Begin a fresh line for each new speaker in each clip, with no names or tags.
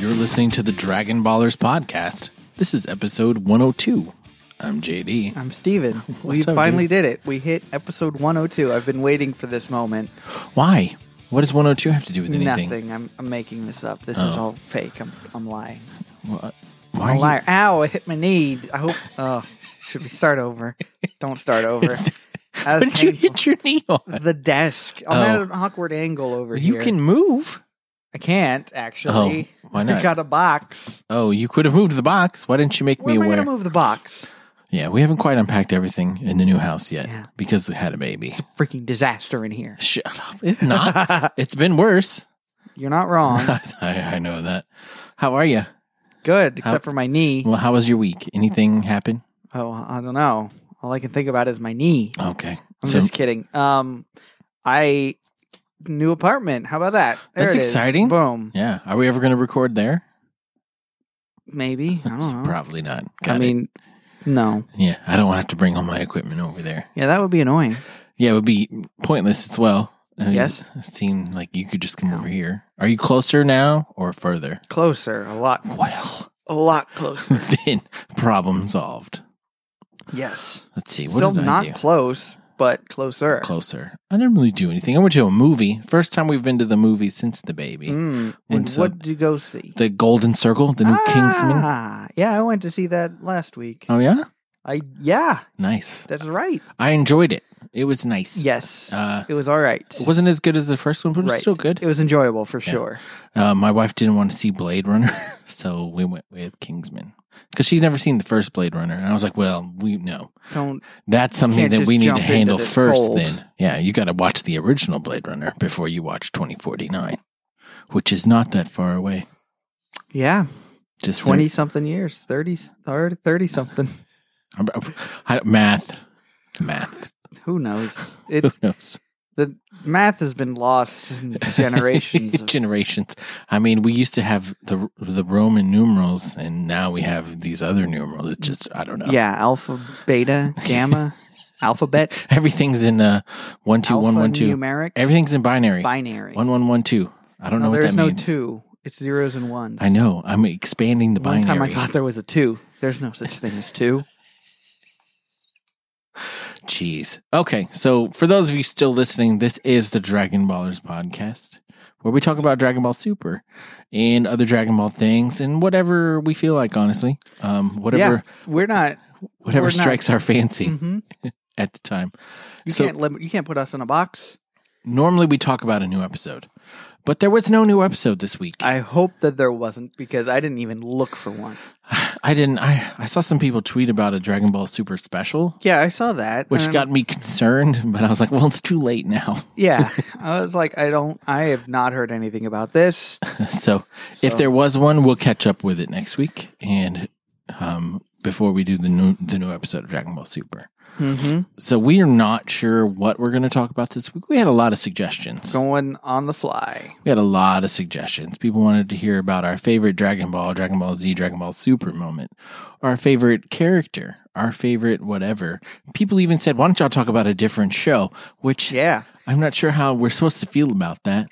listening to the Dragon Ballers podcast. This is episode 102. I'm JD.
I'm Steven. we
What's up,
finally did it. We hit episode 102. I've been waiting for this moment.
Why? What does 102 have to do with anything? Oh.
Nothing. I'm, I'm making this up. This is all fake. I'm, I'm lying.
Wha-
I'm
Why
a liar. Ow, I hit my knee. I hope. Oh, should we start over? Don't start over. That
What
was
did you
painful.
hit your knee on?
the desk. I'm at
Oh.
an awkward angle over
You
here.
can move.
I can't, actually.
Oh, why not?
I got a box.
Oh, you could have moved the box. Why didn't you make
Where
me
am I going
aware?
to move the box?
Yeah, we haven't quite unpacked everything in the new house yet
Yeah.
because we had a baby.
Freaking disaster in here.
Shut up. It's not. it's been worse.
You're not wrong.
I, I know that. How are you?
Good, except for my knee.
Well, how was your week? Anything happen?
Oh, I don't know. All I can think about is my knee.
Okay.
I'm
So-
just kidding. Um, I new apartment. How about that?
That's
it is.
exciting.
Boom.
yeah. Are we ever going to record there?
Maybe I don't know.
Probably not. Got
I
it.
mean, no.
yeah, I don't want to have to bring all my equipment over there.
Yeah, that would be annoying.
Yeah, it would be pointless as well. I mean,
Yes.
It seemed like you could just come
Yeah.
over here. Are you closer now or further?
Closer, a lot,
Well,
a lot closer.
then problem solved.
yes.
Let's see. What
Still
did
not
I do?
close, but closer.
closer. I didn't really do anything. I went to a movie. First time we've been to the movie since the baby.
Mm.
And
And
so-
what did you go see?
The Golden Circle, the new Kingsman.
Ah, yeah, I went to see that last week.
Oh yeah,
I yeah,
nice.
that's right.
I enjoyed it. It was nice.
Yes,
Uh,
it was all right.
it wasn't as good as the first one, but it was
Right.
still good.
It was enjoyable for sure.
Uh, my wife didn't want to see Blade Runner, so we went with Kingsman because she's never seen the first Blade Runner, and I was like, "Well, we know
Don't
that's something
Can't
that
just
we need
jump
to handle
into this
first.
cold.
Then, yeah, you got to watch the original Blade Runner before you watch 2049, which is not that far away.
Yeah,
Just
20 something years, 30, 30 something.
thir- I- math, math.
Who knows? It,
Who knows?
the math has been lost in generations. of-
generations. I mean, we used to have the the Roman numerals, and now we have these other numerals. It's just I don't know.
yeah, alpha, beta, gamma, alphabet,
Everything's in uh, one two one one two.
numeric,
Everything's in binary.
binary.
One one one two. I don't
no,
know what
there's
that
no
means.
two. It's zeros and ones.
I know. I'm expanding the
One time I
binary.
thought there was a two. There's no such thing as two.
Jeez. Okay. So for those of you still listening, this is the Dragon Ballers podcast, where we talk about Dragon Ball Super and other Dragon Ball things and whatever we feel like. Honestly, um, whatever
Yeah, we're not.
whatever
we're not-
strikes our fancy
mhm.
at the time.
You
So-
can't limit. You can't put us in a box.
Normally we talk about a new episode, but there was no new episode this week.
I hope that there wasn't because I didn't even look for one.
I didn't. I I saw some people tweet about a Dragon Ball Super special.
Yeah, I saw that.
Which
and-
got me concerned, but I was like, well, it's too late now.
Yeah, I was like, I don't, I have not heard anything about this.
So, if
So-
there was one, we'll catch up with it next week, and um, before we do the new the new episode of Dragon Ball Super.
Mm-hmm.
So we are not sure what we're going to talk about this week. We had a lot of suggestions.
Going on the fly.
We had a lot of suggestions. People wanted to hear about our favorite Dragon Ball, Dragon Ball Z, Dragon Ball Super moment, our favorite character, our favorite whatever. People even said, "Why don't y'all talk about a different show?" Which
Yeah.
I'm not sure how we're supposed to feel about that.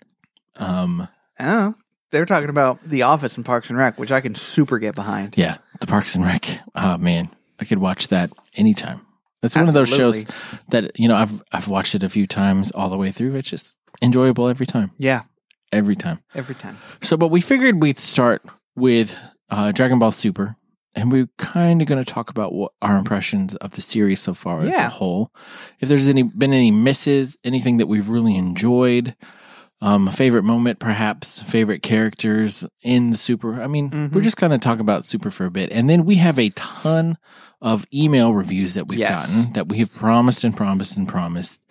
Um,
Oh, they're talking about The Office and Parks and Rec, which I can super get behind.
Yeah, the Parks and Rec. Oh man, I could watch that anytime. That's one of those shows that you know I've I've watched it a few times all the way through. It's just enjoyable every time,
Yeah,
every time.
every time.
So, but we figured we'd start with uh, Dragon Ball Super, and we're kind of going to talk about what our impressions of the series so far as a
Yeah.
whole. If there's any been any misses, anything that we've really enjoyed. Um, favorite moment, perhaps favorite characters in the Super. I mean,
Mhm.
we're just kind of talking about Super for a bit, and then we have a ton of email reviews that we've
Yes.
gotten that we have promised and promised and promised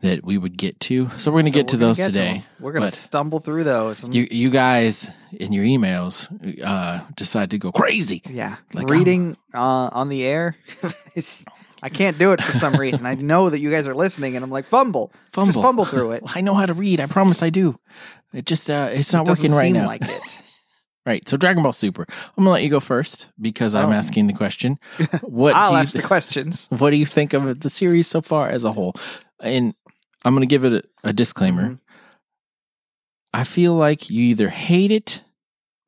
that we would get to. So we're going
So
to get to
gonna
those
get
today.
them. we're going
but-
to stumble through those. and-
You you guys in your emails uh, decide to go crazy.
yeah.
Like,
Reading uh, on the air. it's, I can't do it for some reason. I know that you guys are listening, and I'm like, fumble.
Fumble.
Just fumble through it.
I know how to read. I promise I do. It just uh, it's not
Doesn't
working right
seem
now.
like it.
right. So Dragon Ball Super. I'm gonna let you go first because I'm
Oh.
asking the question. What
I'll
do you
ask Ah, the questions.
what do you think of the series so far as a whole? And I'm gonna give
Mm-hmm.
it a, a disclaimer.
Mhm.
I feel like you either hate it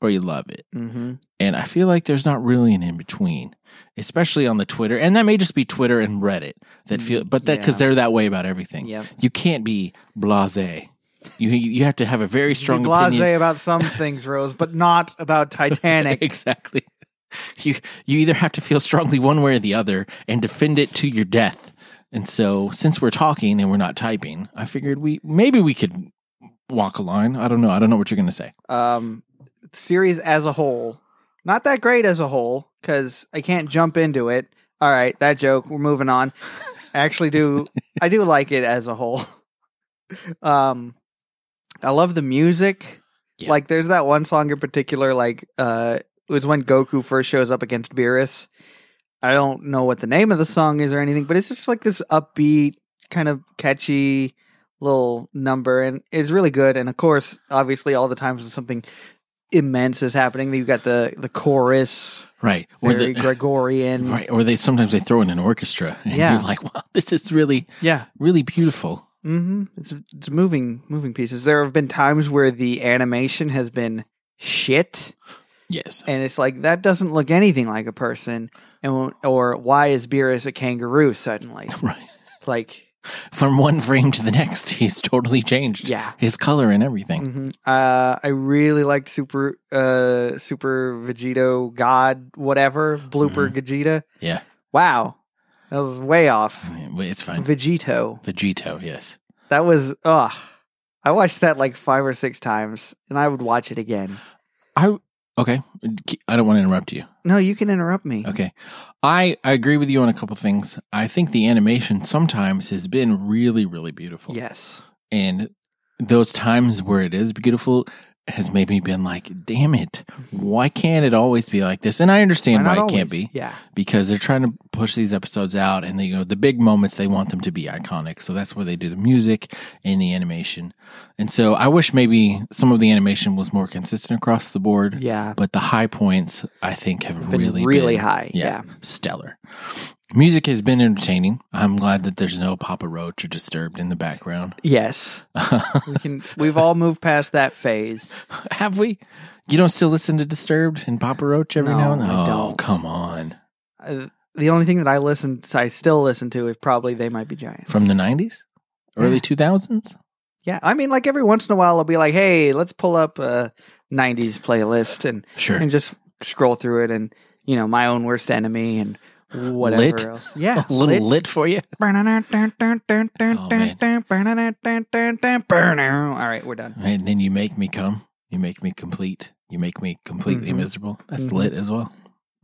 or you love it.
Mm-hmm.
And I feel like there's not really an in between, especially on the Twitter. And that may just be Twitter and Reddit that feel, but that because
Yeah.
they're that way about everything.
Yep.
You can't be blasé. You you have to have a very strong
Be blasé
opinion.
about some things, Rose, but not about Titanic.
exactly. You you either have to feel strongly one way or the other and defend it to your death. And so, since we're talking and we're not typing, I figured we maybe we could walk a line. I don't know. I don't know what you're going to say.
um, the series as a whole, not that great as a whole, because I can't jump into it. All right, that joke. We're moving on. I actually do. I do like it as a whole. Um, I love the music.
Yeah.
Like, there's that one song in particular. Like, uh, it was when Goku first shows up against Beerus. I don't know what the name of the song is or anything, but it's just like this upbeat, kind of catchy little number, and it's really good. And of course, obviously, all the times when something immense is happening, you got the the chorus,
Right. Or
very
the,
Gregorian,
right. Or they sometimes they throw in an orchestra and
Yeah.
you're like, "Wow, this is really
yeah.
really beautiful."
hmm It's it's moving moving pieces. There have been times where the animation has been shit,
Yes.
and it's like that doesn't look anything like a person, and when- or why is Beerus a kangaroo suddenly?
Right.
like,
From one frame to the next, he's totally changed.
yeah.
His color and everything.
hmm Uh, I really liked Super uh, Super Vegito God whatever blooper Vegeta.
Mm-hmm. Yeah.
Wow, that was way off.
Yeah, but It's fine.
Vegito.
Vegito, yes.
That was ugh. I watched that like five or six times, and I would watch it again.
I okay. I don't want to interrupt you.
No, you can interrupt me.
Okay. I, I agree with you on a couple things. I think the animation sometimes has been really, really beautiful.
Yes.
And those times where it is beautiful has made me been like, damn it, why can't it always be like this? And I understand why,
not
it can't
always?
be
Yeah.
because they're trying to push these episodes out and they you know the big moments they want them to be iconic. So that's where they do the music and the animation. And so I wish maybe some of the animation was more consistent across the board.
Yeah.
But the high points I think have
Been
really
really,
been-
high.
yeah,
Yeah.
stellar. Music has been entertaining. I'm glad that there's no Papa Roach or Disturbed in the background.
Yes. we can we've all moved past that phase.
Have we? You don't still listen to Disturbed and Papa Roach every now
No,
and then?
I
Oh,
don't.
come on.
Uh, the only thing that I listen I still listen to is probably they might be giants.
From the 90s? Early
Yeah.
2000s?
Yeah. I mean like every once in a while I'll be like, "Hey, let's pull up a 90s playlist and
Sure.
and just scroll through it and, you know, my own worst enemy and whatever
Lit?
else." Yeah.
A little lit for you?
All right, we're done.
And then you make me come. You make me complete. You make me completely
Mhm.
miserable. That's
Mhm.
lit as well.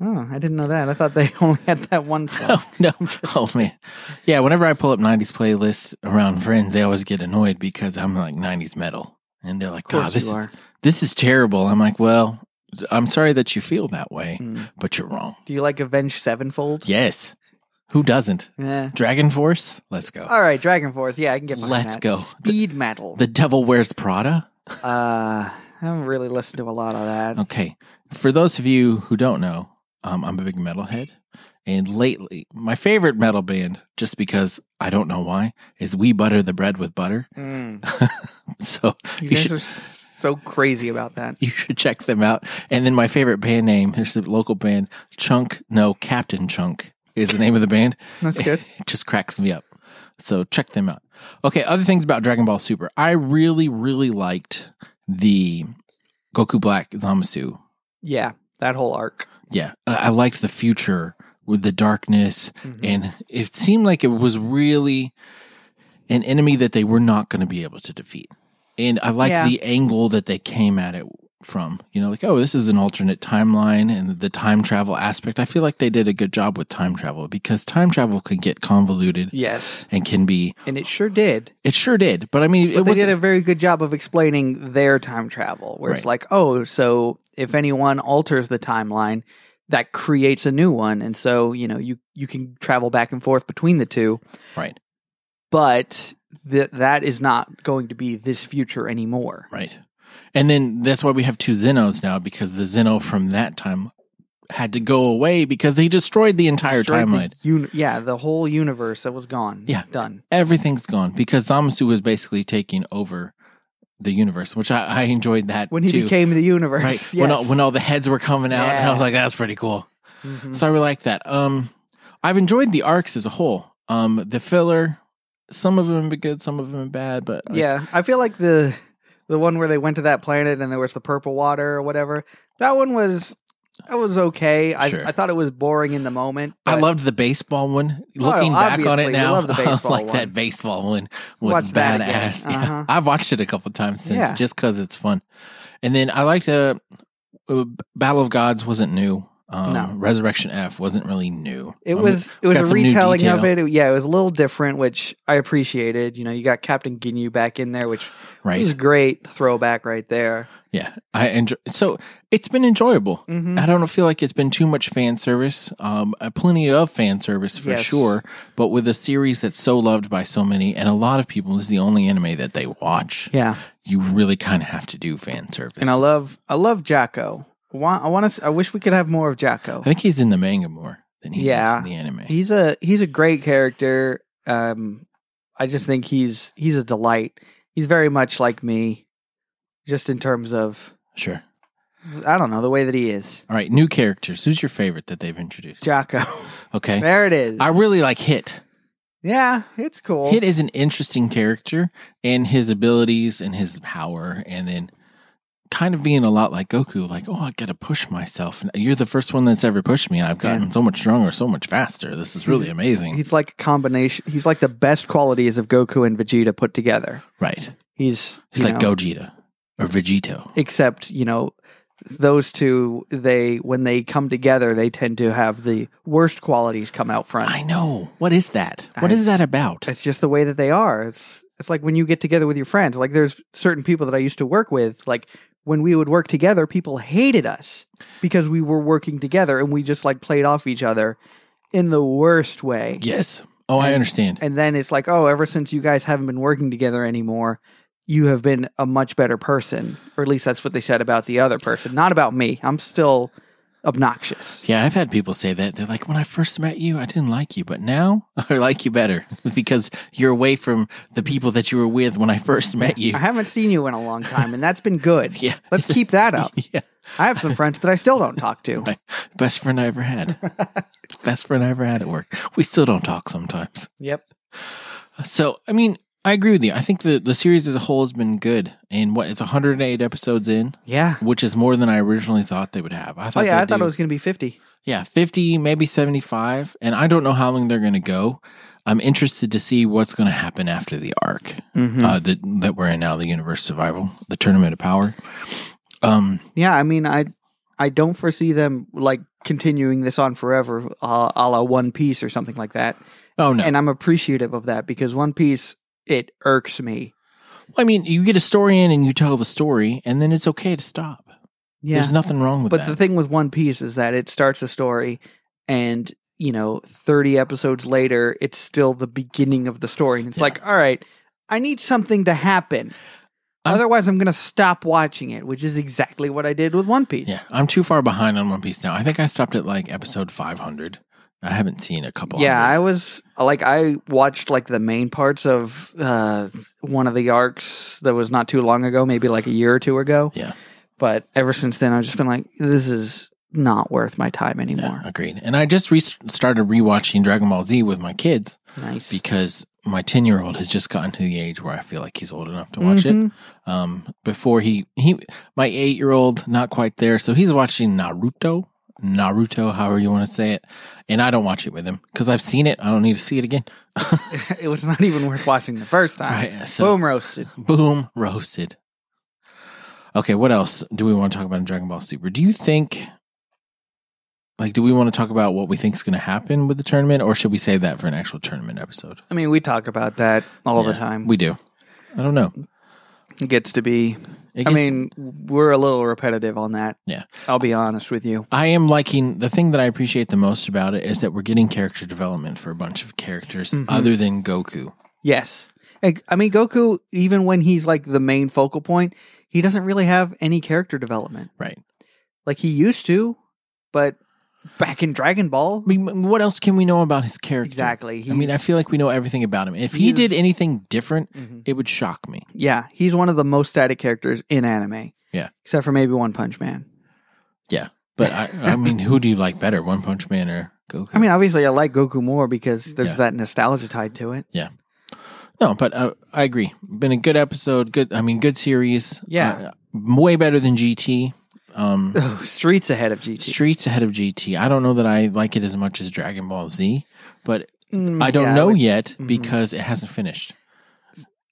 Oh, I didn't know that. I thought they only had that one song.
Oh, no. Oh, man. Yeah, whenever I pull up 90s playlists around friends, they always get annoyed because I'm like 90s metal. And they're like,
Of course
God, this
you
is
are.
this is terrible. I'm like, well, I'm sorry that you feel that way,
Mm.
but you're wrong.
Do you like Avenged Sevenfold?
Yes. Who doesn't?
Yeah.
Dragon Force? Let's go.
All right, Dragon Force. Yeah, I can get behind
Let's
that.
go.
Speed metal.
The Devil Wears Prada?
uh, I haven't really listened to a lot of that.
Okay. For those of you who don't know, um, I'm a big metalhead. And lately, my favorite metal band, just because I don't know why, is We Butter the Bread with Butter.
Mm.
So You
You guys
should-
are are so crazy about that.
you should check them out. And then my favorite band name, here's the local band, Chunk, no, Captain Chunk is the name of the band.
That's good.
it just cracks me up. So check them out. Okay, other things about Dragon Ball Super. I really, really liked the Goku Black Zamasu.
Yeah, that whole arc.
Yeah, I I liked the future with the darkness,
Mhm.
and it seemed like it was really an enemy that they were not going to be able to defeat. And I liked
Yeah.
the angle that they came at it from. You know, like, oh, this is an alternate timeline and the time travel aspect. I feel like they did a good job with time travel because time travel can get convoluted
Yes,
and can be
and it sure did.
it sure did but i mean it
But they
was
did a very good job of explaining their time travel, where it's like, oh, so if anyone alters the timeline, that creates a new one, and so you know you you can travel back and forth between the two,
right
but that that is not going to be this future anymore.
right and then that's why we have two zenos now because the zeno from that time had to go away because they destroyed the entire
Destroyed the
timeline
uni- yeah, the whole universe that was gone.
Yeah.
done.
everything's gone because zamasu was basically taking over the universe, which I, I enjoyed that
when he
too.
became the universe.
right
Yes.
when all, when all the heads were coming out, and I was
Yeah.
like, that's pretty cool.
Mhm.
So I really like that. Um, I've enjoyed the arcs as a whole. Um, the filler, some of them have been good, some of them been bad, but uh, like,
yeah, I feel like the the one where they went to that planet and there was the purple water or whatever. That one was that was okay. I
Sure.
I thought it was boring in the moment.
I
but Oh,
loved the baseball one. Looking back on
obviously,
it
we
now,
love the baseball
like
one.
that baseball one was
Watch that again.
badass. Yeah.
Uh-huh.
I've watched it a couple times since
Yeah.
just because it's fun. And then I liked uh, uh, Battle of Gods wasn't new. Um,
No.
Resurrection F wasn't really new.
It
I mean,
was it was
um, got
a
some new
retelling of it.
detail.
It- Yeah, it was a little different, which I appreciated. You know, you got Captain Ginyu back in there, which
right.
was a great throwback right there.
yeah, I enjoy. So it's been enjoyable.
hmm
I don't feel like it's been too much fan service. Um, uh, plenty of fan service for
Yes.
sure, but with a series that's so loved by so many and a lot of people, this is the only anime that they watch.
Yeah,
You really kind of have to do fan service.
and I love I love Jocko. I want I want to. I wish we could have more of Jocko.
I think he's in the manga more than he
Yeah.
is in the anime.
He's a he's a great character. Um, I just think he's he's a delight. He's very much like me, just in terms of
sure.
I don't know the way that he is.
All right, new characters. Who's your favorite that they've introduced?
Jocko,
okay.
there it is.
I really like Hit.
yeah, it's cool.
Hit is an interesting character and his abilities and his power, and then kind of being a lot like Goku, like, oh, I gotta push myself. And You're the first one that's ever pushed me, and I've gotten so much stronger, so much faster. This is really amazing.
He's like a combination. He's like the best qualities of Goku and Vegeta put together.
right.
He's
He's
you
like
know,
Gogeta or Vegito.
except you know those two. They when they come together, they tend to have the worst qualities come out front.
I know. What is that? What is
It's-
that about?
It's just the way that they are. It's it's like when you get together with your friends. Like there's certain people that I used to work with. Like when we would work together, people hated us because we were working together and we just like played off each other in the worst way.
Yes. Oh, I
And-
understand.
And then it's like, oh, ever since you guys haven't been working together anymore, you have been a much better person. Or at least that's what they said about the other person, not about me. I'm still obnoxious.
Yeah, I've had people say that. They're like, when I first met you, I didn't like you, but now I like you better because you're away from the people that you were with when I first met you.
I haven't seen you in a long time, and that's been good.
Yeah.
Let's keep that up.
Yeah.
I have some friends that I still don't talk to.
My best friend I ever had. best friend I ever had at work. We still don't talk sometimes.
Yep.
So, I mean, I agree with you. I think the, the series as a whole has been good. And what, it's 108 episodes in,
Yeah.
which is more than I originally thought they would have. I
Oh
thought
yeah, I
they'd
thought
do-
it was going to be fifty.
Yeah, 50, maybe 75. And I don't know how long they're going to go. I'm interested to see what's going to happen after the arc
Mm-hmm.
uh, that, that we're in now, the universe survival, the tournament of power. Um,
yeah, I mean, I I don't foresee them like continuing this on forever, uh, a la One Piece or something like that.
oh, no.
And I'm appreciative of that because One Piece it irks me.
I mean, you get a story in and you tell the story, and then it's okay to stop.
Yeah,
There's nothing wrong with
but
that.
the thing with One Piece is that it starts a story, and you know, thirty episodes later, it's still the beginning of the story, and it's
Yeah.
like, all right, I need something to happen.
I'm-
Otherwise, I'm going to stop watching it, which is exactly what I did with One Piece.
yeah, I'm too far behind on One Piece now. I think I stopped at like episode 500. I haven't seen a couple.
Yeah,
hundred.
I was like I watched like the main parts of uh one of the arcs that was not too long ago, maybe like a year or two ago.
Yeah.
But ever since then I've just been like this is not worth my time anymore.
Yeah, agreed. And I just re- started rewatching Dragon Ball Z with my kids
Nice.
because my 10 year old has just gotten to the age where I feel like he's old enough to watch it.
Mhm.
Um, before he, he, my eight year old, not quite there. So he's watching Naruto, Naruto, however you want to say it. And I don't watch it with him because I've seen it. I don't need to see it again.
Mm-hmm. it was not even worth watching the first time.
Right. So
Ah, Boom roasted.
boom. roasted. Okay. What else do we want to talk about in Dragon Ball Super? Do you think, like, do we want to talk about what we think is going to happen with the tournament or should we save that for an actual tournament episode?
I mean, we talk about that all the
Yeah,
time.
We do. I don't know.
it gets to be
It
I
gets-
mean, we're a little repetitive on that.
Yeah.
I'll be honest with you.
I am liking the thing that I appreciate the most about it is that we're getting character development for a bunch of characters
Mhm.
other than Goku.
Yes. Like, I mean, Goku, even when he's like the main focal point, he doesn't really have any character development.
Right.
Like he used to, but back in Dragon Ball.
I mean, what else can we know about his character?
Exactly.
I mean, I
He's-
feel like we know everything about him. If he
He's-
did anything different,
Mhm.
it would shock me.
yeah, he's one of the most static characters in anime.
Yeah.
except for maybe One Punch Man.
But I, I mean, who do you like better, One Punch Man or Goku?
I mean, obviously, I like Goku more because there's
Yeah.
that nostalgia tied to it.
no, but uh, I agree. Been a good episode. Good. I mean, good series. Uh,
Yeah.
way better than GT. Um,
Oh, streets ahead of GT.
Streets ahead of GT. I don't know that I like it as much as Dragon Ball Z, but
Mm,
I don't
yeah,
know
would-
yet
mhm.
because it hasn't finished.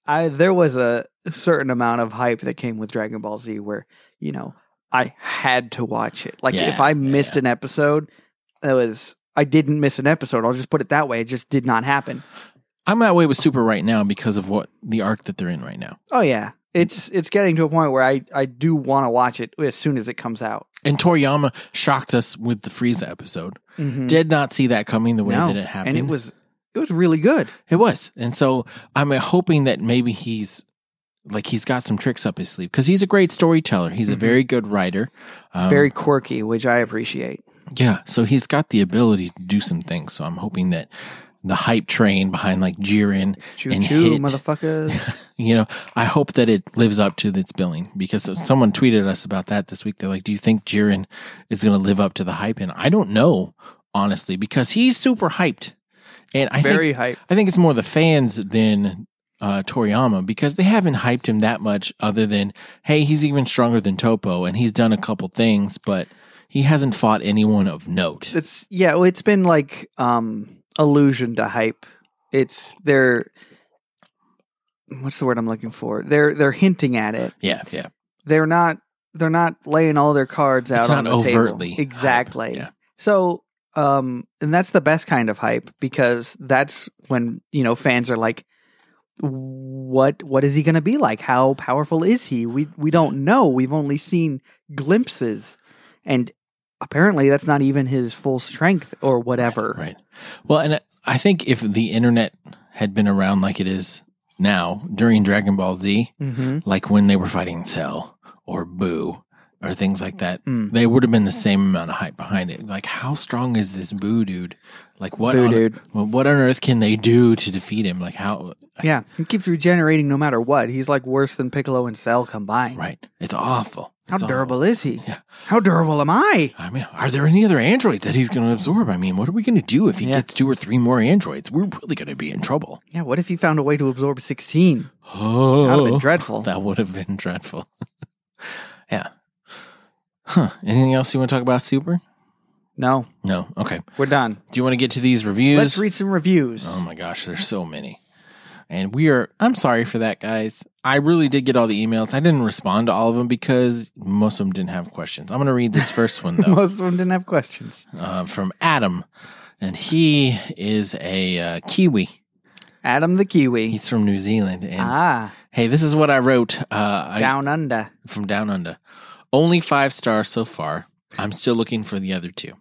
I there was a certain amount of hype that came with Dragon Ball Z where you know I had to watch it. Like
Yeah,
if I
yeah,
missed an episode, that was I didn't miss an episode. I'll just put it that way. It just did not happen.
I'm that way with Super right now because of what the arc that they're in right now.
Oh yeah, it's it's getting to a point where I I do want to watch it as soon as it comes out.
And Toriyama shocked us with the Frieza episode.
Mhm.
Did not see that coming Mm-hmm. the way
No,
that it happened.
and it was it was really good.
It was. And so I'm hoping that maybe he's like he's got some tricks up his sleeve because he's a great storyteller. He's a
Mhm.
very good writer. Um,
Very quirky, which I appreciate.
yeah. So he's got the ability to do some things. So I'm hoping that the hype train behind like Jiren,
Choo
And
choo,
hit.
motherfuckers.
you know, I hope that it lives up to its billing because someone tweeted us about that this week. They're like, "Do you think Jiren is going to live up to the hype?" And I don't know honestly because he's super hyped, and I think
Very hype.
I think it's more the fans than uh, Toriyama because they haven't hyped him that much, other than hey, he's even stronger than Topo and he's done a couple things, but he hasn't fought anyone of note.
It's yeah, well, it's been like um allusion to hype. It's they're what's the word I'm looking for? They're they're hinting at it.
Yeah, yeah,
They're not they're not laying all their cards out
It's
on
not
the table.
overtly hype,
Exactly.
yeah.
So um and that's the best kind of hype because that's when, you know, fans are like what what is he going to be like? How powerful is he? We we don't know. We've only seen glimpses. And apparently that's not even his full strength or whatever.
right. Well, and I think if the internet had been around like it is now during Dragon Ball Z,
Mm-hmm.
like when they were fighting Cell or Boo or things like that.
Mm.
They would have been the same amount of hype behind it. Like, how strong is this boo dude? Like, what
Boo
on-
dude.
Well, what on earth can they do to defeat him? Like how?
Yeah, he keeps regenerating no matter what. He's like worse than Piccolo and Cell combined.
Right. It's awful.
How
It's awful.
durable is he?
Yeah.
How durable am I?
I mean, are there any other androids that he's going to absorb? I mean, what are we going to do if he
Yeah.
gets two or three more androids? We're really going to be in trouble.
Yeah, what if he found a way to absorb 16?
Oh,
That would have been dreadful.
That would have been dreadful. yeah. Huh. Anything else you want to talk about? Super?
No,
No. Okay.
we're done.
Do you want to get to these reviews?
Let's read some reviews.
Oh my gosh, there's so many. And we are, I'm sorry for that, guys. I really did get all the emails. I didn't respond to all of them because most of them didn't have questions. I'm going to read this first one, though,
Most of them didn't have questions.
uh, from Adam. And he is a uh, Kiwi.
Adam the Kiwi.
He's from New Zealand. And
Ah,
hey, this is what I wrote uh, I-
down under.
from Down Under. Only five stars so far. I'm still looking for the other two.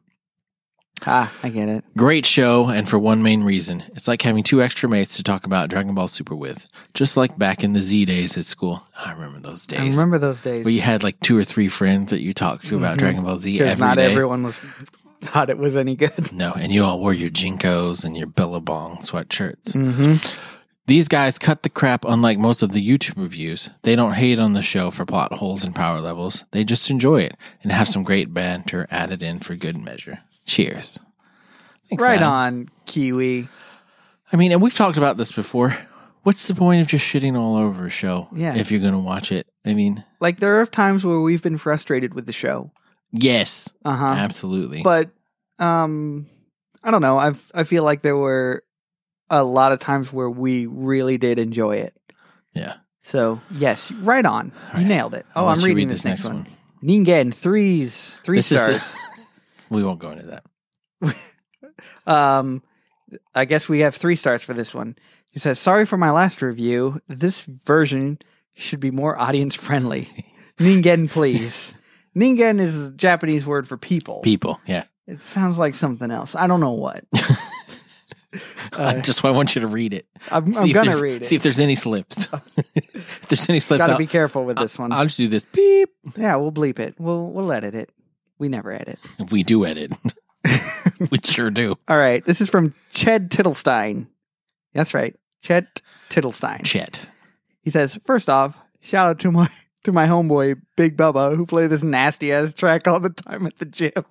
Ah, I get it.
Great show, and for one main reason. It's like having two extra mates to talk about Dragon Ball Super with. Just like back in the Z days at school. I remember those days.
I remember those days.
Where you had like two or three friends that you talked to about
Mhm.
Dragon Ball Z
because
every
not
day.
everyone was thought it was any good.
No, and you all wore your Jinkos and your Billabong sweatshirts.
Mm-hmm.
These guys cut the crap unlike most of the YouTube reviews. They don't hate on the show for plot holes and power levels. They just enjoy it and have some great banter added in for good measure. Cheers. Thanks,
Right
Adam.
on, Kiwi.
I mean, and we've talked about this before. What's the point of just shitting all over a show
Yeah.
if you're going to watch it? I mean,
Like there are times where we've been frustrated with the show.
yes,
Uh huh.
absolutely.
but um i don't know i've i feel like there were a lot of times where we really did enjoy it
yeah.
so yes right on
Right.
you nailed it oh
I'll
i'm
let you
reading
read
this, next one, ningen threes three
This is the-
stars
We won't go into that.
um i guess we have three stars for this one he says sorry for my last review this version should be more audience friendly ningen please ningen is the japanese word for people
People, yeah.
it sounds like something else i don't know what Uh,
I just I want you to read it.
i'm,
See
I'm
if
gonna
there's-
read it
See if there's any slips. if there's any slips,
Gotta
I'll,
be careful with this one.
I'll just do this. Beep.
yeah, we'll bleep it. We'll we'll edit it. We never edit.
If we do edit, we sure do.
All right. This is from Ched Tittlestein. That's right. Chet Tittlestein.
Chet.
He says, first off, shout out to my to my homeboy Big Bubba who play this nasty ass track all the time at the gym.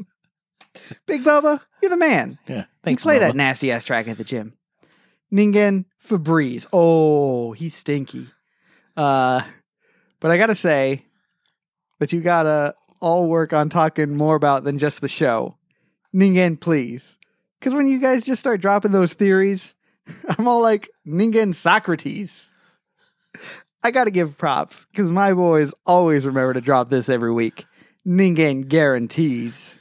Big Bubba, you're the man.
Yeah. Thanks.
you play that
Bubba.
nasty ass track at the gym. Ningen Febreze. Oh, he's stinky. Uh, but I gotta say that you gotta all work on talking more about than just the show. Ningen, please. Because when you guys just start dropping those theories, I'm all like Ningen Socrates. I gotta give props because my boys always remember to drop this every week. Ningen guarantees.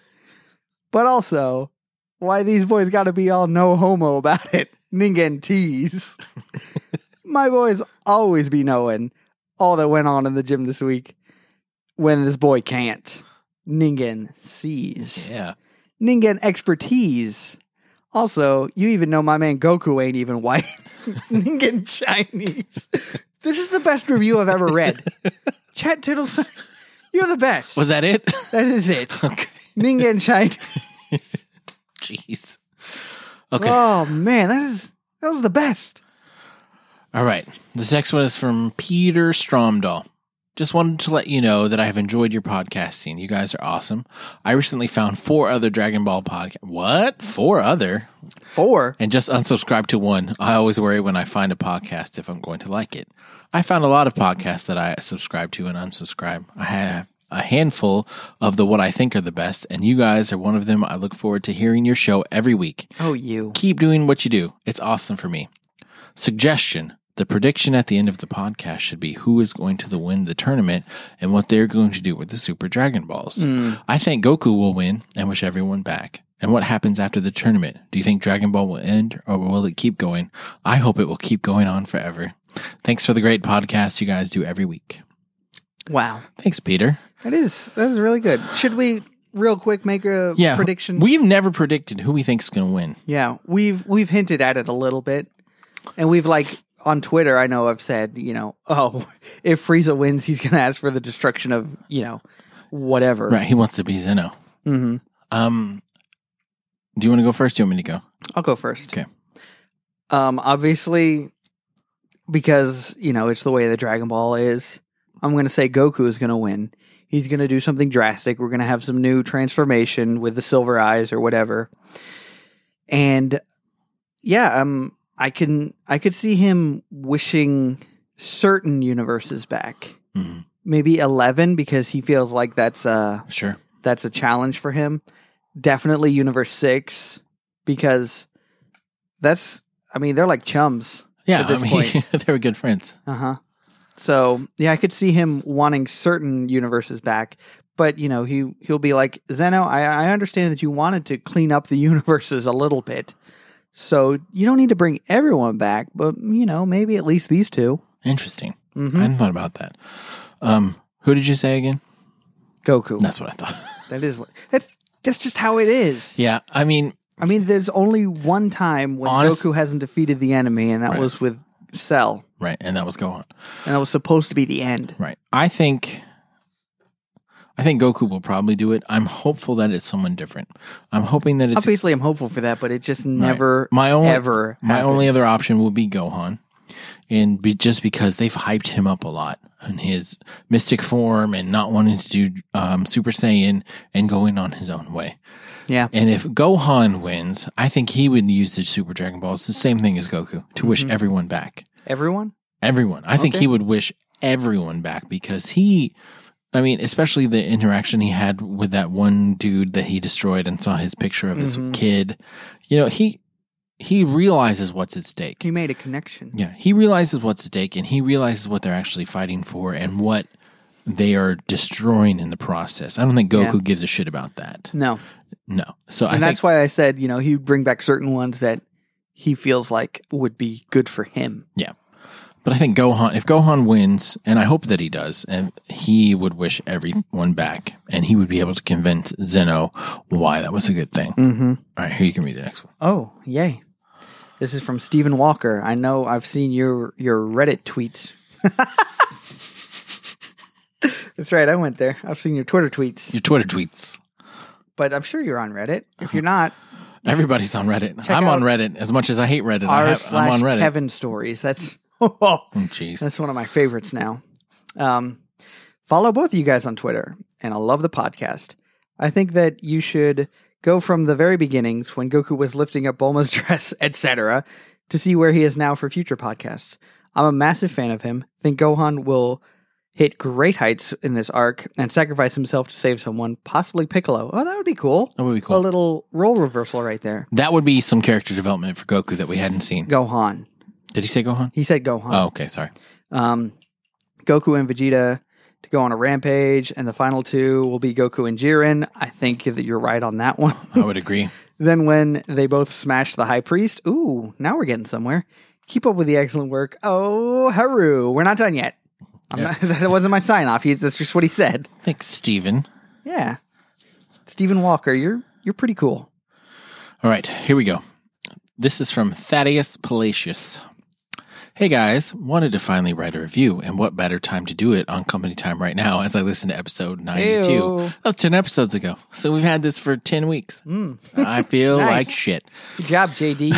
But also, why these boys got to be all no homo about it. Ningen tease. My boys always be knowing all that went on in the gym this week when this boy can't. Ningen sees.
Yeah.
Ningen expertise. Also, you even know my man Goku ain't even white. Ningen Chinese. This is the best review I've ever read. Chet Tittleson, you're the best.
Was that it?
That is it.
okay.
Ningen Chinese.
Jeez. Okay.
Oh man, that is that was the best.
All right. This next one is from Peter Stromdahl. Just wanted to let you know that I have enjoyed your podcasting. You guys are awesome. I recently found four other Dragon Ball podcast. What? Four other?
Four.
and just unsubscribe to one. I always worry when I find a podcast if I'm going to like it. I found a lot of podcasts that I subscribe to and unsubscribe. I have a handful of the what I think are the best, and you guys are one of them. I look forward to hearing your show every week.
Oh, you.
Keep doing what you do. It's awesome for me. Suggestion. The prediction at the end of the podcast should be who is going to the win the tournament and what they're going to do with the Super Dragon Balls. I think Goku will win and wish everyone back. And what happens after the tournament? Do you think Dragon Ball will end or will it keep going? I hope it will keep going on forever. Thanks for the great podcast you guys do every week.
Wow,
Thanks, Peter.
that is that is really good. Should we real quick make a
Yeah.
prediction?
We've never predicted who we think's going to win.
yeah, we've we've hinted at it a little bit, and we've like on Twitter. I know I've said you know oh if Frieza wins, he's gonna ask for the destruction of you know whatever.
Right. He wants to be Zeno.
hmm
Um, do you want to go first? Do you want me to go?
I'll go first.
Okay.
Um, obviously, because you know it's the way the Dragon Ball is. I'm gonna say Goku is gonna win. He's gonna do something drastic. We're gonna have some new transformation with the silver eyes or whatever. And yeah, um, I can I could see him wishing certain universes back.
hmm
Maybe eleven because he feels like that's uh
Sure.
that's a challenge for him. Definitely Universe Six because that's I mean they're like chums.
Yeah.
At this
I mean, they were good friends.
Uh huh. So yeah, I could see him wanting certain universes back, but you know he he'll be like Zeno. I I understand that you wanted to clean up the universes a little bit, so you don't need to bring everyone back, but you know maybe at least these 2
Interesting. I
Mm-hmm.
hadn't thought about that. Um, who did you say again?
Goku.
That's what I thought.
That is what that's that's just how it is.
yeah. I mean,
I mean, there's only one time when
Honest-
Goku hasn't defeated the enemy, and that
Right.
was with Cell,
right. And that was going.
and that was supposed to be the end.
Right. I think I think Goku will probably do it. I'm hopeful that it's someone different. I'm hoping that it's
Obviously, I'm hopeful for that, but it just never,
my only
ever.
my only
happens.
other option will be Gohan. And be, just because they've hyped him up a lot in his mystic form and not wanting to do um, Super Saiyan and going on his own way.
yeah,
And if Gohan wins, I think he would use the Super Dragon Ball. It's the same thing as Goku to wish everyone back.
everyone.
Everyone. I think
Mm-hmm. Okay.
he would wish everyone back because he, I mean, especially the interaction he had with that one dude that he destroyed and saw his picture of his
Mhm.
kid. You know, he he realizes what's at stake.
He made a connection.
Yeah, he realizes what's at stake and he realizes what they're actually fighting for and what they are destroying in the process. I don't think Goku
Yeah.
gives a shit about that.
No,
No. So I
and
think
that's why I said you know he'd bring back certain ones that he feels like would be good for him.
But I think Gohan, if Gohan wins, and I hope that he does, and he would wish everyone back, and he would be able to convince Zeno why that was a good thing.
Mm-hmm.
All right, here you can read the next one.
Oh, yay! This is from Stephen Walker. I know I've seen your your Reddit tweets. That's right, I went there. I've seen your Twitter tweets,
Your Twitter tweets. Uh-huh.
but I'm sure you're on Reddit. If you're not,
Everybody's on Reddit.
Check
I'm on
out
Reddit as much as I hate Reddit. I
R
have, I'm on
slash
Reddit.
Kevin stories. That's
Oh, jeez.
that's one of my favorites now. Um, follow both of you guys on Twitter, and I love the podcast. I think that you should go from the very beginnings when Goku was lifting up Bulma's dress, etc., to see where he is now for future podcasts. I'm a massive fan of him. Think Gohan will hit great heights in this arc and sacrifice himself to save someone, possibly Piccolo. Oh, that would be cool.
That would be
A
cool.
little role reversal right there.
That would be some character development for Goku that we hadn't seen.
Gohan.
Did he say Gohan?
He said Gohan.
Oh, okay. Sorry.
um, Goku and Vegeta to go on a rampage, and the final two will be Goku and Jiren. I think that you're right on that one.
I would agree.
then when they both smash the High Priest, ooh, now we're getting somewhere. Keep up with the excellent work. Oh, Haru, we're not done yet. I'm
Yeah.
not, that wasn't my sign off. He, that's just what he said.
Thanks, Steven.
Yeah, Stephen Walker, you're you're pretty cool.
All right, here we go. This is from Thaddeus Palacios. Hey guys, wanted to finally write a review, and what better time to do it on company time right now as I listen to episode 92.
Ayo.
That was 10 episodes ago. So we've had this for 10 weeks. I feel
Mm. Nice.
like shit.
Good job, JD.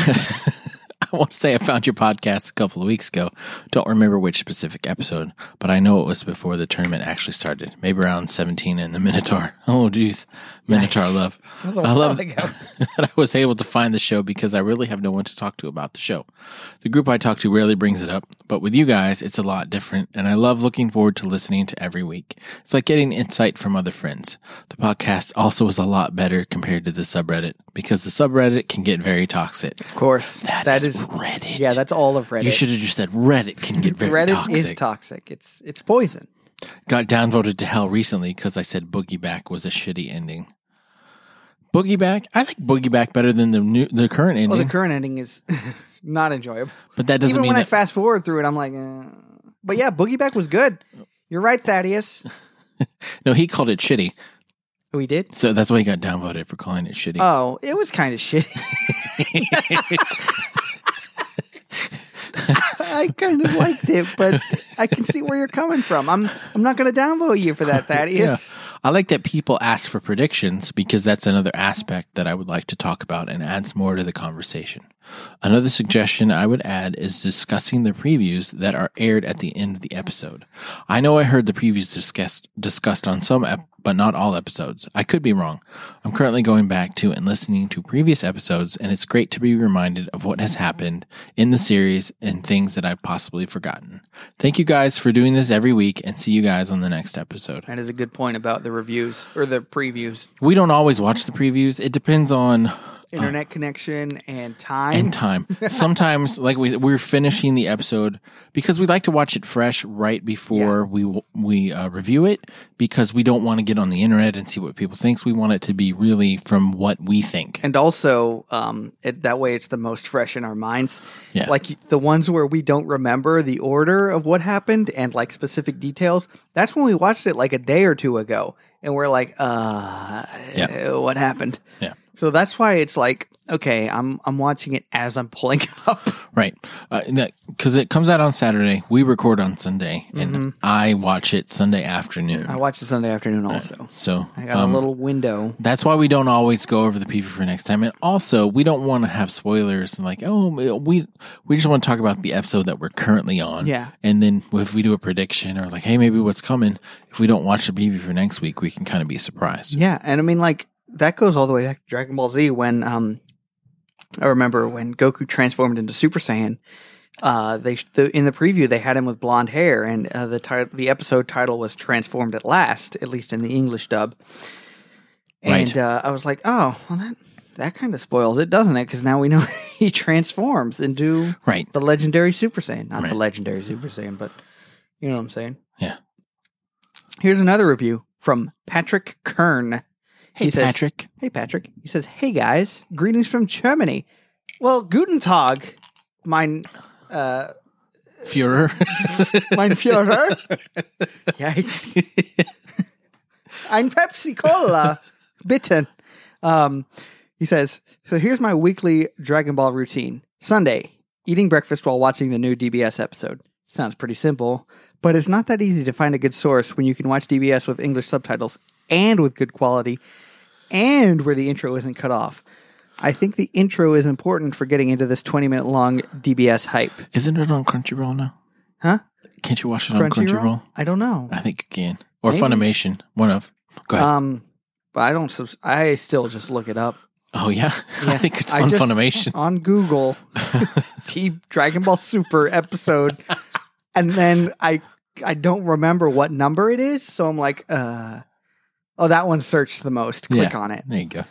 I want to say I found your podcast a couple of weeks ago. Don't remember which specific episode, but I know it was before the tournament actually started. Maybe around 17 and the Minotaur. Oh, geez. Minotaur love.
was a
I love
while ago.
that I was able to find the show because I really have no one to talk to about the show. The group I talk to rarely brings it up, but with you guys, it's a lot different, and I love looking forward to listening to every week. It's like getting insight from other friends. The podcast also is a lot better compared to the subreddit because the subreddit can get very toxic.
of course, that is,
Reddit.
yeah, that's all of Reddit.
You should have just said Reddit can get very
Reddit is
toxic.
toxic. It's it's poison.
Got downvoted to hell recently because I said Boogie Back was a shitty ending. Boogie Back, I like Boogie Back better than the new, the current ending,
Well, the current ending is not enjoyable.
but that doesn't
Even
mean
when I
that.
fast forward through it, I'm like, uh. but yeah, Boogie Back was good. You're right, Thaddeus.
no, he called it shitty,
We did.
so that's why he got downvoted for calling it shitty.
Oh, it was kind of shitty. I kind of liked it, but I can see where you're coming from. I'm I'm not going to downvote you for that, Thaddeus.
I like that people ask for predictions because that's another aspect that I would like to talk about and adds more to the conversation. Another suggestion I would add is discussing the previews that are aired at the end of the episode. I know I heard the previews discussed discussed on some ep- but not all episodes. I could be wrong. I'm currently going back to and listening to previous episodes and it's great to be reminded of what has happened in the series and things that I've possibly forgotten. Thank you guys for doing this every week and see you guys on the next episode.
That is a good point about the reviews or the previews,
We don't always watch the previews. It depends on
internet connection and time.
and time. Sometimes, like we we're finishing the episode because we like to watch it fresh right before we w- we uh, review it because we don't want to get on the internet and see what people thinks. We want it to be really from what we think.
and also um, it, that way it's the most fresh in our minds
Yeah.
like y- the ones where we don't remember the order of what happened and like specific details that's when we watched it like a day or two ago and we're like uh
Yeah.
uh, what happened
Yeah.
so that's why it's like okay i'm i'm watching it as i'm pulling it up
Right. Uh, Because it comes out on Saturday. We record on Sunday, and I watch it Sunday afternoon.
Mm-hmm. i watched it sunday afternoon also
so
i got a little window
That's why we don't always go over the preview for next time, and also we don't want to have spoilers. Like, oh, we we just want to talk about the episode that we're currently on.
Yeah.
and then if we do a prediction or like, hey, maybe what's coming. If we don't watch the preview for next week, we can kind of be surprised.
Yeah, and I mean like that goes all the way back to Dragon Ball Z when um I remember when Goku transformed into Super Saiyan. Uh, they the, in the preview they had him with blonde hair, and uh, the ti- the episode title was "Transformed at Last," at least in the English dub. And
Right.
uh, I was like, oh, well that that kind of spoils it, doesn't it? Because now we know he transforms into
Right.
the legendary Super Saiyan, not
Right.
the legendary Super Saiyan, but you know what I'm saying.
Yeah.
Here's another review from Patrick Kern.
Hey,
He says-
Patrick.
Hey, Patrick. He says, Hey, guys. Greetings from Germany. Well, Guten Tag, mein, uh,
Führer.
mein Führer. Yikes. Ein Pepsi Cola. Bitten. Um, he says, So here's my weekly Dragon Ball routine Sunday, eating breakfast while watching the new DBS episode. Sounds pretty simple, but it's not that easy to find a good source when you can watch DBS with English subtitles and with good quality and where the intro isn't cut off. I think the intro is important for getting into this 20 minute long DBS hype.
Isn't it on Crunchyroll now?
Huh?
Can't you watch it on
Crunchyroll?
Crunchyroll?
I don't know.
I think you can. Or
Maybe.
Funimation. One of. Go ahead.
Um, but I don't. Subs- I still just look it up
oh, yeah. I
yeah,
think it's
I
on
just-
Funimation.
on Google. T Dragon Ball Super episode, and then I I don't remember what number it is, so I'm like, uh, oh, that one searched the most. Click on it,
There you go.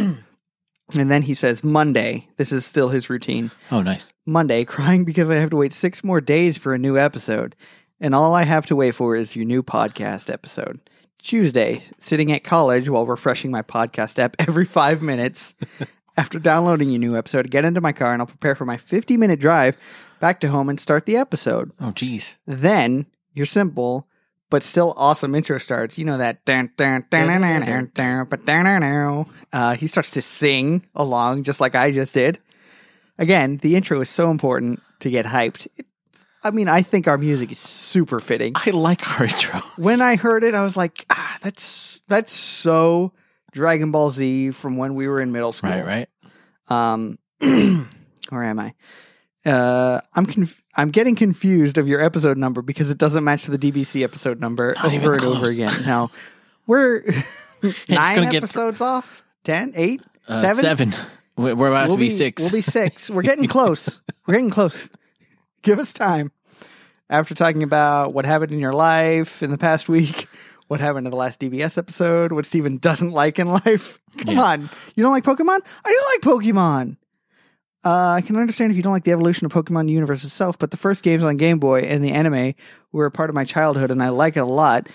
and then he says Monday. This is still his routine.
Oh, nice.
Monday, crying because I have to wait six more days for a new episode. And all I have to wait for is your new podcast episode. Tuesday, sitting at college while refreshing my podcast app every five minutes. After downloading your new episode, get into my car and I'll prepare for my 50 minute drive back to home and start the episode.
Oh, geez.
Then your simple but still awesome intro starts. You know that. dun, dun, dun, dun, dun, dun, dun, ba- dun, dun, dun. Uh, he starts to sing along just like I just did. Again, the intro is so important to get hyped. It- I mean, I think our music is super fitting.
I like our intro.
When I heard it, I was like, ah, that's that's so Dragon Ball Z from when we were in middle school.
Right, right.
Um, where am I? Uh, I'm conf- I'm getting confused of your episode number because it doesn't match the DBC episode number
Not even
over and over
close.
again. Now we're nine
gonna get
episodes off. Ten, eight,
Uh,
Seven?
seven. We- We're about
we'll
to be, six.
We'll be six. We're getting close. We're getting close. Give us time. After talking about what happened in your life in the past week, what happened in the last DBS episode, what Steven doesn't like in life. Come
Yeah.
on. You don't like Pokemon? I do like Pokemon. Uh, I can understand if you don't like the evolution of Pokemon universe itself, but the first games on Game Boy and the anime were a part of my childhood, and I like it a lot,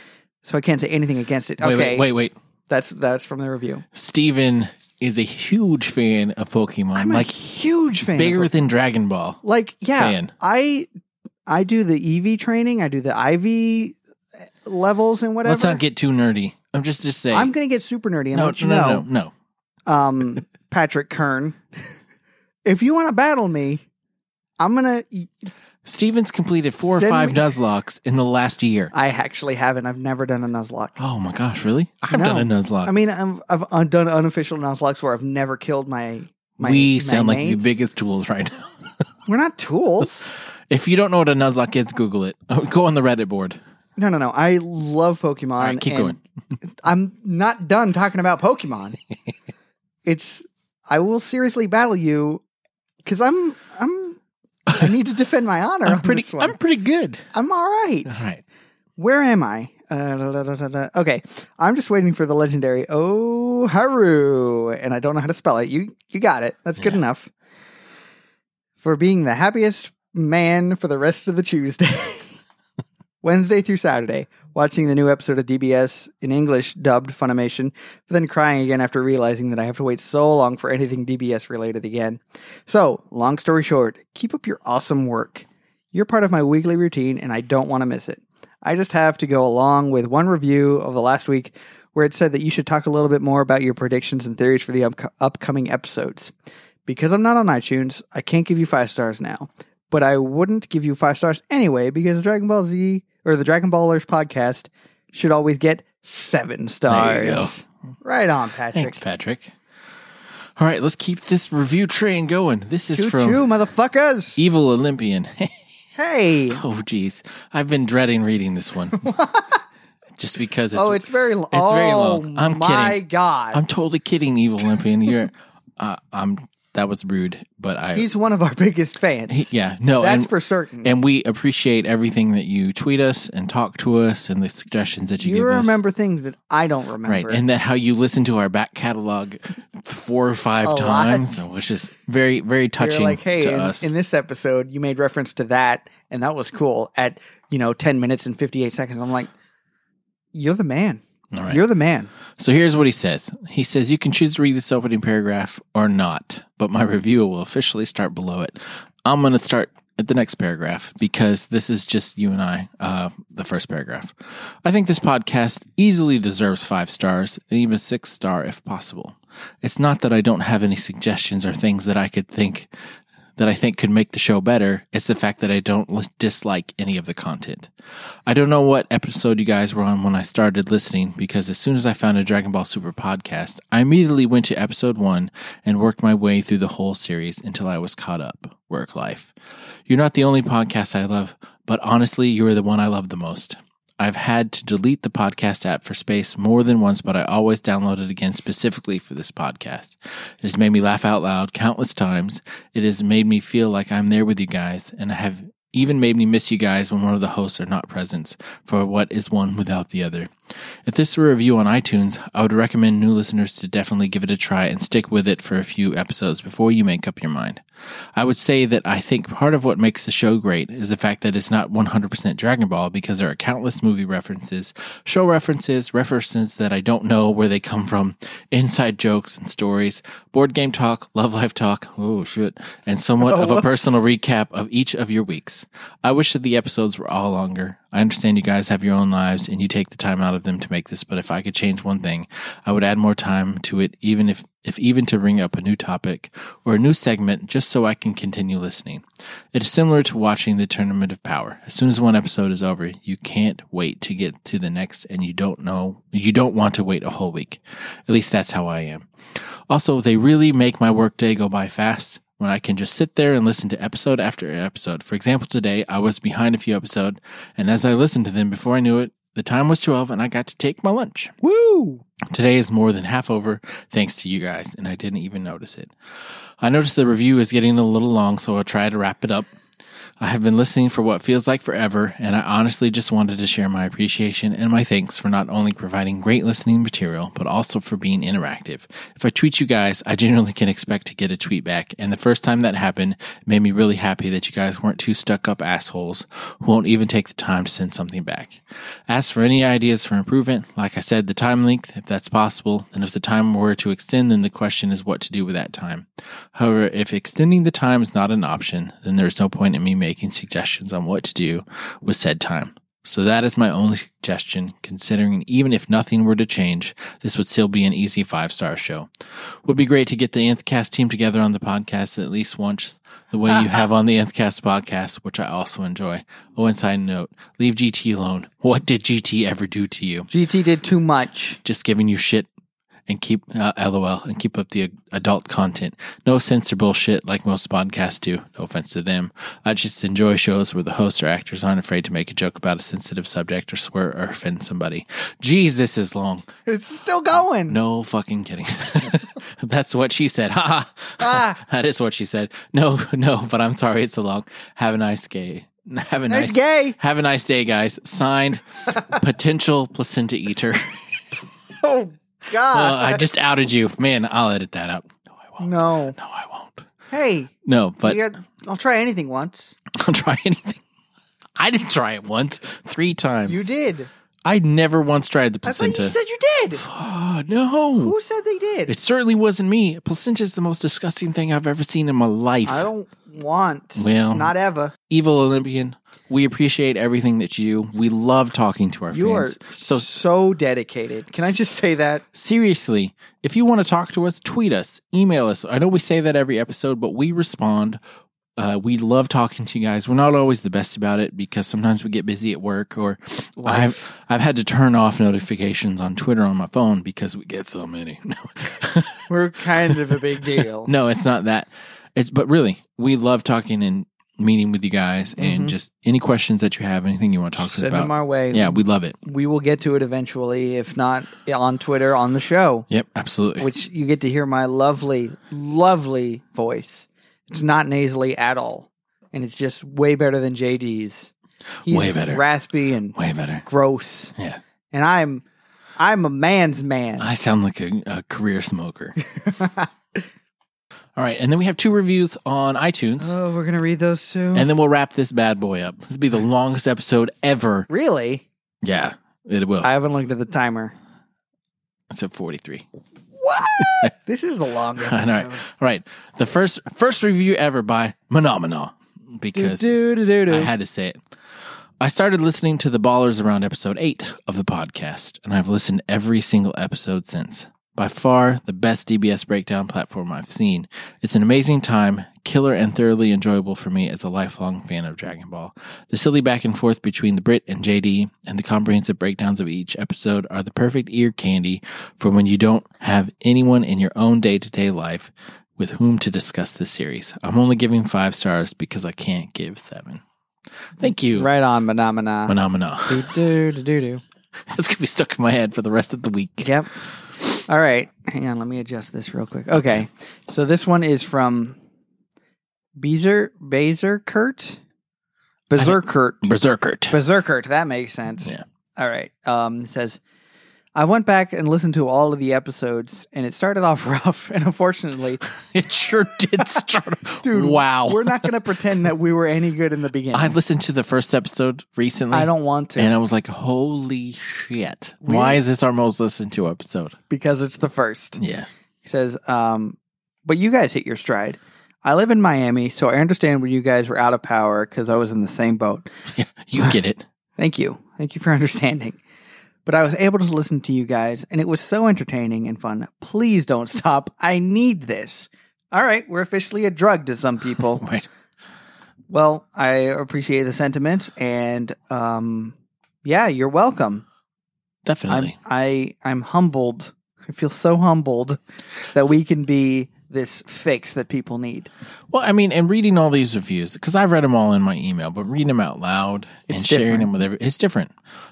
so I can't say anything against it.
Wait,
okay,
wait, wait, wait.
that's that's from the review.
Steven is a huge fan of Pokemon.
I'm
like
a huge fan. of
bigger than Dragon Ball.
like yeah
fan.
i i do the ev training i do the iv levels and whatever
Let's not get too nerdy. I'm just just saying.
i'm gonna get super nerdy and
no,
let you
no, no,
know
no,
um patrick kern if you want to battle me i'm gonna
Steven's completed four or
Send
five
me-
Nuzlocks in the last year.
i actually haven't i've never done a nuzlocke
Oh my gosh, really? I've
No.
done a Nuzlocke.
i mean I've, I've done unofficial nuzlocks where i've never killed my my
we
my
sound like the
mates.
biggest tools right now.
we're not tools
If you don't know what a Nuzlocke is, Google it. Oh, Go on the Reddit board.
no no no i love pokemon
All right, keep
and
going.
I'm not done talking about Pokemon. it's I will seriously battle you because I'm I'm I need to defend my honor.
I'm
on
pretty.
this one.
I'm Uh-huh. pretty good.
I'm all right.
All right.
Where am I? Uh, da, da, da, da, da. Okay, I'm just waiting for the legendary Oh Haru, and I don't know how to spell it. You you got it. That's good
Yeah.
enough. For being the happiest man for the rest of the Tuesday, Wednesday through Saturday, watching the new episode of DBS in English dubbed Funimation, but then crying again after realizing that I have to wait so long for anything DBS related again. So, long story short, keep up your awesome work. You're part of my weekly routine, and I don't want to miss it. I just have to go along with one review of the last week where it said that you should talk a little bit more about your predictions and theories for the upco- upcoming episodes. Because I'm not on iTunes, I can't give you five stars now, but I wouldn't give you five stars anyway because Dragon Ball Z or the Dragon Ballers podcast should always get seven stars.
There you go.
Right on, Patrick.
Thanks, Patrick. All right, let's keep this review train going. This is
Choo
from E
choo, motherfuckers.
Evil Olympian.
hey.
oh, geez. I've been dreading reading this one. Just because it's,
oh, it's very long.
it's very long. I'm
my
kidding.
God.
I'm totally kidding, Evil Olympian. You're, uh, I'm. That was rude, but I.
He's one of our biggest fans.
he- yeah, no,
That's
and,
for certain.
and we appreciate everything that you tweet us and talk to us and the suggestions that you,
you
give
remember things that I don't
us. Right,
remember.
and that how you listen to our back catalog four or five
lot.
times, which is very, very
you're
touching
like, hey,
to
in,
us.
in this episode, you made reference to that, and that was cool. At you know, ten minutes and fifty eight seconds, I'm like, you're the man.
All right.
You're the man.
So here's what he says. He says you can choose to read this opening paragraph or not, but my review will officially start below it. I'm going to start at the next paragraph because this is just you and I, uh, the first paragraph. I think this podcast easily deserves five stars and even six star if possible. It's not that I don't have any suggestions or things that I could think that I think could make the show better is the fact that I don't lis- dislike any of the content. I don't know what episode you guys were on when I started listening because as soon as I found a Dragon Ball Super podcast, I immediately went to episode one and worked my way through the whole series until I was caught up. Work life. You're not the only podcast I love, but honestly, you are the one I love the most. I've had to delete the podcast app for space more than once, but I always download it again specifically for this podcast. It has made me laugh out loud countless times. It has made me feel like I'm there with you guys, and I have even made me miss you guys when one of the hosts are not present for what is one without the other. If this were a review on iTunes, I would recommend new listeners to definitely give it a try and stick with it for a few episodes before you make up your mind. I would say that I think part of what makes the show great is the fact that it's not 100% Dragon Ball because there are countless movie references, show references, references that I don't know where they come from, inside jokes and stories, board game talk, love life talk, oh shit, and somewhat of a
Whoops.
personal recap of each of your weeks. I wish that the episodes were all longer. I understand you guys have your own lives and you take the time out of them to make this, but if I could change one thing, I would add more time to it, even if, if even to bring up a new topic or a new segment, just so I can continue listening. It is similar to watching the Tournament of Power. As soon as one episode is over, you can't wait to get to the next, and you don't know, you don't want to wait a whole week. At least that's how I am. Also, they really make my workday go by fast when I can just sit there and listen to episode after episode. For example, today I was behind a few episodes, and as I listened to them before I knew it, the time was 12 and I got to take my lunch.
Woo!
Today is more than half over thanks to you guys, and I didn't even notice it. I noticed the review is getting a little long, so I'll try to wrap it up. I have been listening for what feels like forever, and I honestly just wanted to share my appreciation and my thanks for not only providing great listening material, but also for being interactive. If I tweet you guys, I generally can expect to get a tweet back, and the first time that happened, it made me really happy that you guys weren't too stuck up assholes who won't even take the time to send something back. As for any ideas for improvement, like I said, the time length, if that's possible, and if the time were to extend, then the question is what to do with that time. However, if extending the time is not an option, then there's no point in me making suggestions on what to do with said time. So that is my only suggestion, considering even if nothing were to change, this would still be an easy five star show. Would be great to get the Nth Cast team together on the podcast at least once, the way you have on the Nth Cast podcast, which I also enjoy. Oh, and side note, leave GT alone. What did GT ever do to you?
GT did too much.
just giving you shit and keep uh, lol and keep up the adult content no censor bullshit like most podcasts do no offense to them i just enjoy shows where the hosts or actors aren't afraid to make a joke about a sensitive subject or swear or offend somebody jeez this is long
It's still going.
no fucking kidding that's what she said ha ha
Ah.
that is what she said no no but i'm sorry it's so long have a nice day have a
Nice
nice,
gay.
have a nice day guys signed potential placenta eater
Oh
well,
God.
I just outed you. Man, I'll edit that up. No, I won't.
no.
No, I won't.
Hey,
No, but
you got- I'll try anything once.
I'll try anything. I didn't try it once, three times.
You did.
I never once tried the
I thought you
placenta.
said you did.
oh, no.
Who said they did?
It certainly wasn't me. Placenta is the most disgusting thing I've ever seen in my life.
I don't want.
Well,
not ever.
Evil Olympian, we appreciate everything that you do. We love talking to our
You are
fans. So
so so dedicated. Can I just say that?
seriously, if you want to talk to us, tweet us, email us. I know we say that every episode, but we respond. Uh, we love talking to you guys. We're not always the best about it because sometimes we get busy at work or I've I've had to turn off notifications on Twitter on my phone because we get so many.
We're kind of a big deal.
no, it's not that. It's but really, we love talking and meeting with you guys and
Mhm.
just any questions that you have, anything you want to talk to us
Send
about.
them our way.
yeah, we love it.
we will get to it eventually, if not on Twitter on the show,
Yep, absolutely.
which you get to hear my lovely, lovely voice. It's not nasally at all, and it's just way better than JD's. He's
Way better.
raspy and
Way better.
gross,
Yeah.
and I'm I'm a man's man.
I sound like a, a career smoker. All right, and then we have two reviews on iTunes,
oh, we're gonna read those soon.
and then we'll wrap this bad boy up. This will be the longest episode ever.
really,
Yeah, it will.
I haven't looked at the timer.
it's at forty three.
What? this is the longest.
All right, all right. The first first review ever by Menomina
Do,
because
do, do, do, do.
I had to say it. I started listening to the Ballers around episode 8 of the podcast, and I've listened every single episode since. By far the best DBS breakdown platform I've seen. It's an amazing time, killer and thoroughly enjoyable for me as a lifelong fan of Dragon Ball. The silly back and forth between the Brit and JD and the comprehensive breakdowns of each episode are the perfect ear candy for when you don't have anyone in your own day to day life with whom to discuss the series. I'm only giving five stars because I can't give seven. Thank you,
Right on, Manamana.
Phenomena.
Do do do do do.
That's going to be stuck in my head for the rest of the week.
Yep. All right. Hang on. Let me adjust this real quick. Okay. So this one is from Bezer Bazerkert. Berserkert.
Berserkert.
Berserkert. That makes sense.
Yeah.
All right. Um, it says, I went back and listened to all of the episodes, and it started off rough. And unfortunately,
It sure did start.
Dude,
wow.
we're not going to pretend that we were any good in the beginning.
I
I,
listened to the first episode recently.
don't want to
And I was like, holy shit. Why is this our most listened to episode?
because it's the first.
Yeah.
He says, um, but you guys hit your stride. I live in Miami, so I understand when you guys were out of power because I was in the same boat.
You get it.
Thank you. Thank you for understanding. But I was able to listen to you guys, and it was so entertaining and fun. Please don't stop. I need this. All right, we're officially a drug to some people.
Wait.
well, I appreciate the sentiments, and um, yeah, you're welcome. I'm,
Definitely.
I I'm humbled. I feel so humbled that we can be this fix that people need.
well, I mean, and reading all these reviews, because I've read them all in my email, but reading them out loud and
It's
sharing
different.
them with everyone, it's different.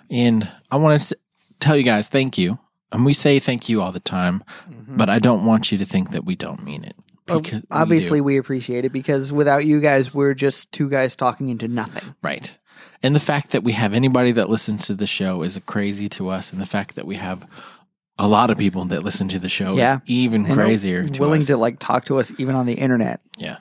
And I want to tell you guys thank you. And we say thank you all the time, but I don't want you to think that we don't mean it.
Well,
Mm-hmm. because we do.
Obviously, we, appreciate it because without you guys, we're just two guys talking into nothing.
Right. And the fact that we have anybody that listens to the show is crazy to us. And the fact that we have a lot of people that listen to the show
Yeah.
is even
And
crazier
they're
to
willing
us.
to like talk to us even on the internet.
yeah.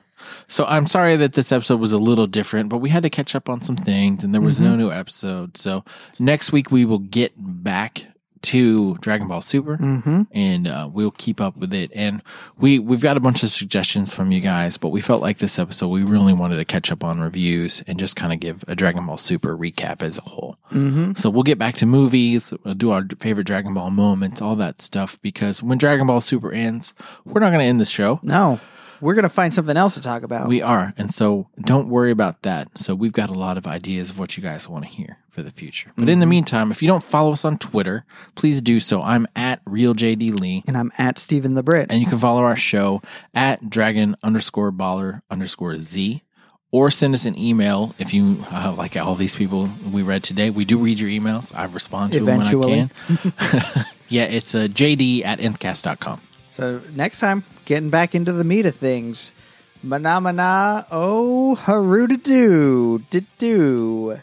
So I'm sorry that this episode was a little different, but we had to catch up on some things and there was
Mm-hmm.
no new episode. So next week we will get back to Dragon Ball Super
Mm-hmm.
and uh, we'll keep up with it. And we we've got a bunch of suggestions from you guys, but we felt like this episode we really wanted to catch up on reviews and just kind of give a Dragon Ball Super recap as a whole.
Mm-hmm.
So we'll get back to movies, we'll do our favorite Dragon Ball moments, all that stuff. Because when Dragon Ball Super ends, we're not going to end the show.
No, we're gonna find something else to talk about.
We are, and so don't worry about that. So we've got a lot of ideas of what you guys want to hear for the future. But in the meantime, if you don't follow us on Twitter, please do so. I'm at RealJDLee. Lee.
and I'm at Stephen the Brit.
And you can follow our show at dragon underscore baller underscore Z or send us an email if you uh, like all these people we read today. We do read your emails. I respond to
Eventually.
them when I can. yeah, it's uh, jd at nthcast.com.
So next time, getting back into the meat of things. Manamana, oh, haru to do, do.